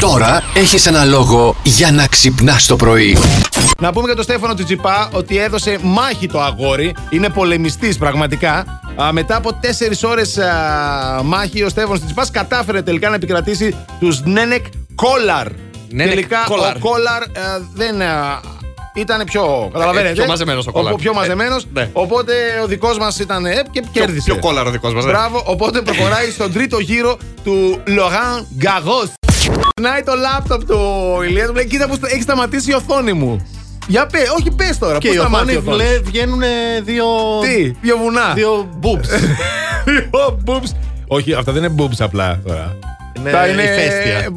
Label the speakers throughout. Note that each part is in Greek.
Speaker 1: Τώρα έχεις ένα λόγο για να ξυπνάς το πρωί.
Speaker 2: Να πούμε για τον Στέφανο Τσιτσιπά ότι έδωσε μάχη το αγόρι. Είναι πολεμιστής πραγματικά. Α, μετά από 4 ώρε μάχη, ο Στέφανος Τσιτσιπά κατάφερε τελικά να επικρατήσει τους Νένεκ Κόλαρ.
Speaker 3: Νένεκ
Speaker 2: τελικά
Speaker 3: Κόλαρ.
Speaker 2: ο Κόλαρ α, δεν. ήταν πιο. Καταλαβαίνετε.
Speaker 3: πιο μαζεμένος ο Κόλαρ.
Speaker 2: Οπο- Πιο
Speaker 3: Ε,
Speaker 2: μαζεμένος.
Speaker 3: ναι.
Speaker 2: Οπότε ο δικός μας ήταν. Ε, και
Speaker 3: Πιο-
Speaker 2: κέρδισε.
Speaker 3: Πιο κόλλαρο δικός μας.
Speaker 2: Μπράβο, οπότε προχωράει στον τρίτο γύρο του Λογάν Γκαγό. Περνάει το λάπτοπ του Ηλίας, του λέει: Κοίτα που έχει σταματήσει η οθόνη μου. Για πε, όχι πες τώρα.
Speaker 4: Και
Speaker 2: πού
Speaker 4: οι
Speaker 2: σταμάτησε
Speaker 4: οθόνοι βλέ- βγαίνουν ε, δύο.
Speaker 2: Τι, δύο βουνά.
Speaker 4: Δύο boobs.
Speaker 2: Δύο boobs. Όχι, αυτά δεν είναι boobs απλά τώρα.
Speaker 4: Είναι
Speaker 2: Τα είναι
Speaker 4: ηφαίστεια.
Speaker 2: ε,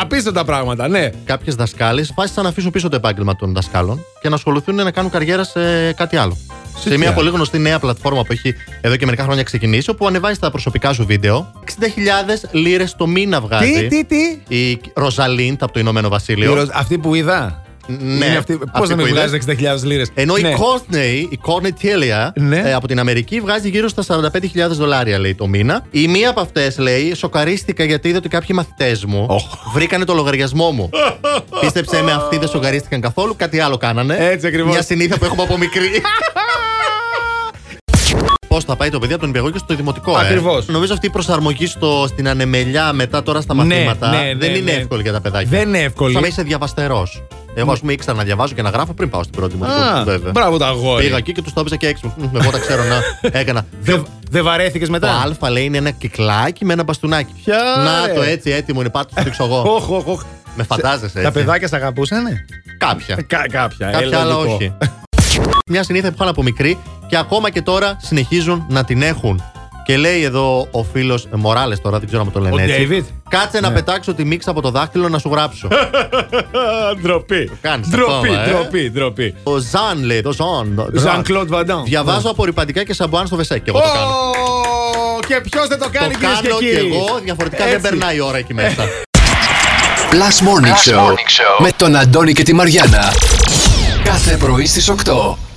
Speaker 2: απίστευτα πράγματα, ναι.
Speaker 4: Κάποιες δασκάλες αποφάσισαν να αφήσουν πίσω το επάγγελμα των δασκάλων και να ασχοληθούν να κάνουν καριέρα σε κάτι άλλο. Σε,
Speaker 2: τι
Speaker 4: μια
Speaker 2: άλλο?
Speaker 4: πολύ γνωστή νέα πλατφόρμα που έχει εδώ και μερικά χρόνια ξεκινήσει, όπου ανεβάζει τα προσωπικά σου βίντεο. 60.000 λίρες το μήνα βγάζει.
Speaker 2: Τι, τι, τι.
Speaker 4: Η Ροζαλίντ από το Ηνωμένο Βασίλειο.
Speaker 2: Η ροζ- Αυτή που είδα.
Speaker 4: Ναι,
Speaker 2: Είναι αυτή- Πώς να
Speaker 4: που
Speaker 2: μην
Speaker 4: είδες.
Speaker 2: βγάζεις 60.000 λίρες.
Speaker 4: Ενώ η Courtney, η Courtney Τέλεια
Speaker 2: Ναι.
Speaker 4: από την Αμερική βγάζει γύρω στα 45.000 δολάρια λέει το μήνα. Η μία από αυτές λέει: Σοκαρίστηκα γιατί είδα ότι κάποιοι μαθητές μου βρήκανε το λογαριασμό μου. Πίστεψε με, αυτοί δεν σοκαρίστηκαν καθόλου, κάτι άλλο κάνανε.
Speaker 2: Έτσι ακριβώς.
Speaker 4: Μια συνήθεια που έχουμε από μικρή. Πώς θα πάει το παιδί από τον υπηαγωγείο στο δημοτικό. ε.
Speaker 2: Ακριβώς.
Speaker 4: Νομίζω αυτή η προσαρμογή στο, στην ανεμελιά μετά τώρα στα
Speaker 2: Ναι,
Speaker 4: μαθήματα
Speaker 2: ναι, ναι,
Speaker 4: δεν είναι
Speaker 2: ναι.
Speaker 4: εύκολη για τα παιδάκια.
Speaker 2: Δεν είναι εύκολη.
Speaker 4: Σαν να είσαι διαβαστερός. Εγώ, ας πούμε, ήξερα να διαβάζω και να γράφω πριν πάω στην πρώτη μου.
Speaker 2: Α,
Speaker 4: βέβαια.
Speaker 2: Μπράβο τα αγόρι.
Speaker 4: Πήγα εκεί και τους το έπαιζα και έξω. Μμμ, Εγώ τα ξέρω να έκανα.
Speaker 2: Δεν δε βαρέθηκε
Speaker 4: Το
Speaker 2: μετά.
Speaker 4: Α λέει είναι ένα κυκλάκι με ένα μπαστούνάκι.
Speaker 2: Ναι. Ποια, ρε.
Speaker 4: Να το έτσι έτοιμο είναι, πάτε το δείξω εγώ.
Speaker 2: Οχ, οχ, οχ.
Speaker 4: Με φαντάζεσαι
Speaker 2: Τα
Speaker 4: έτσι.
Speaker 2: παιδάκια σε αγαπούσανε.
Speaker 4: Κάποια.
Speaker 2: Κα- κάποια. ε,
Speaker 4: Κάποια άλλα
Speaker 2: λογικό.
Speaker 4: όχι. Μια συνήθεια που είχαν από μικρή και ακόμα και τώρα συνεχίζουν να την έχουν. Και λέει εδώ ο φίλος Μοράλες τώρα, δεν ξέρω αν το
Speaker 2: Ο Ναι.
Speaker 4: λένε έτσι.
Speaker 2: Ντέιβιτ.
Speaker 4: Κάτσε να πετάξω τη μίξα από το δάχτυλο να σου γράψω.
Speaker 2: Ε. Ντροπή.
Speaker 4: κάνεις
Speaker 2: Ντροπή,
Speaker 4: ακόμα, ε.
Speaker 2: ντροπή, ντροπή.
Speaker 4: ο Ζαν λέει, το Ζαν.
Speaker 2: Jean-Claude Van Damme.
Speaker 4: Διαβάζω απορριπαντικά και σαμπουάν στο βεσέκι. Εγώ
Speaker 2: Ω,
Speaker 4: το κάνω.
Speaker 2: Και ποιος δεν το
Speaker 4: Το
Speaker 2: κάνει, κυρίε
Speaker 4: κάνω
Speaker 2: και
Speaker 4: και,
Speaker 2: κύριοι.
Speaker 4: εγώ, διαφορετικά δεν
Speaker 2: Έτσι.
Speaker 4: περνάει η ώρα εκεί μέσα.
Speaker 1: Plus Morning, Show, με τον Αντώνη και τη Μαριάνα. Κάθε πρωί στις 8.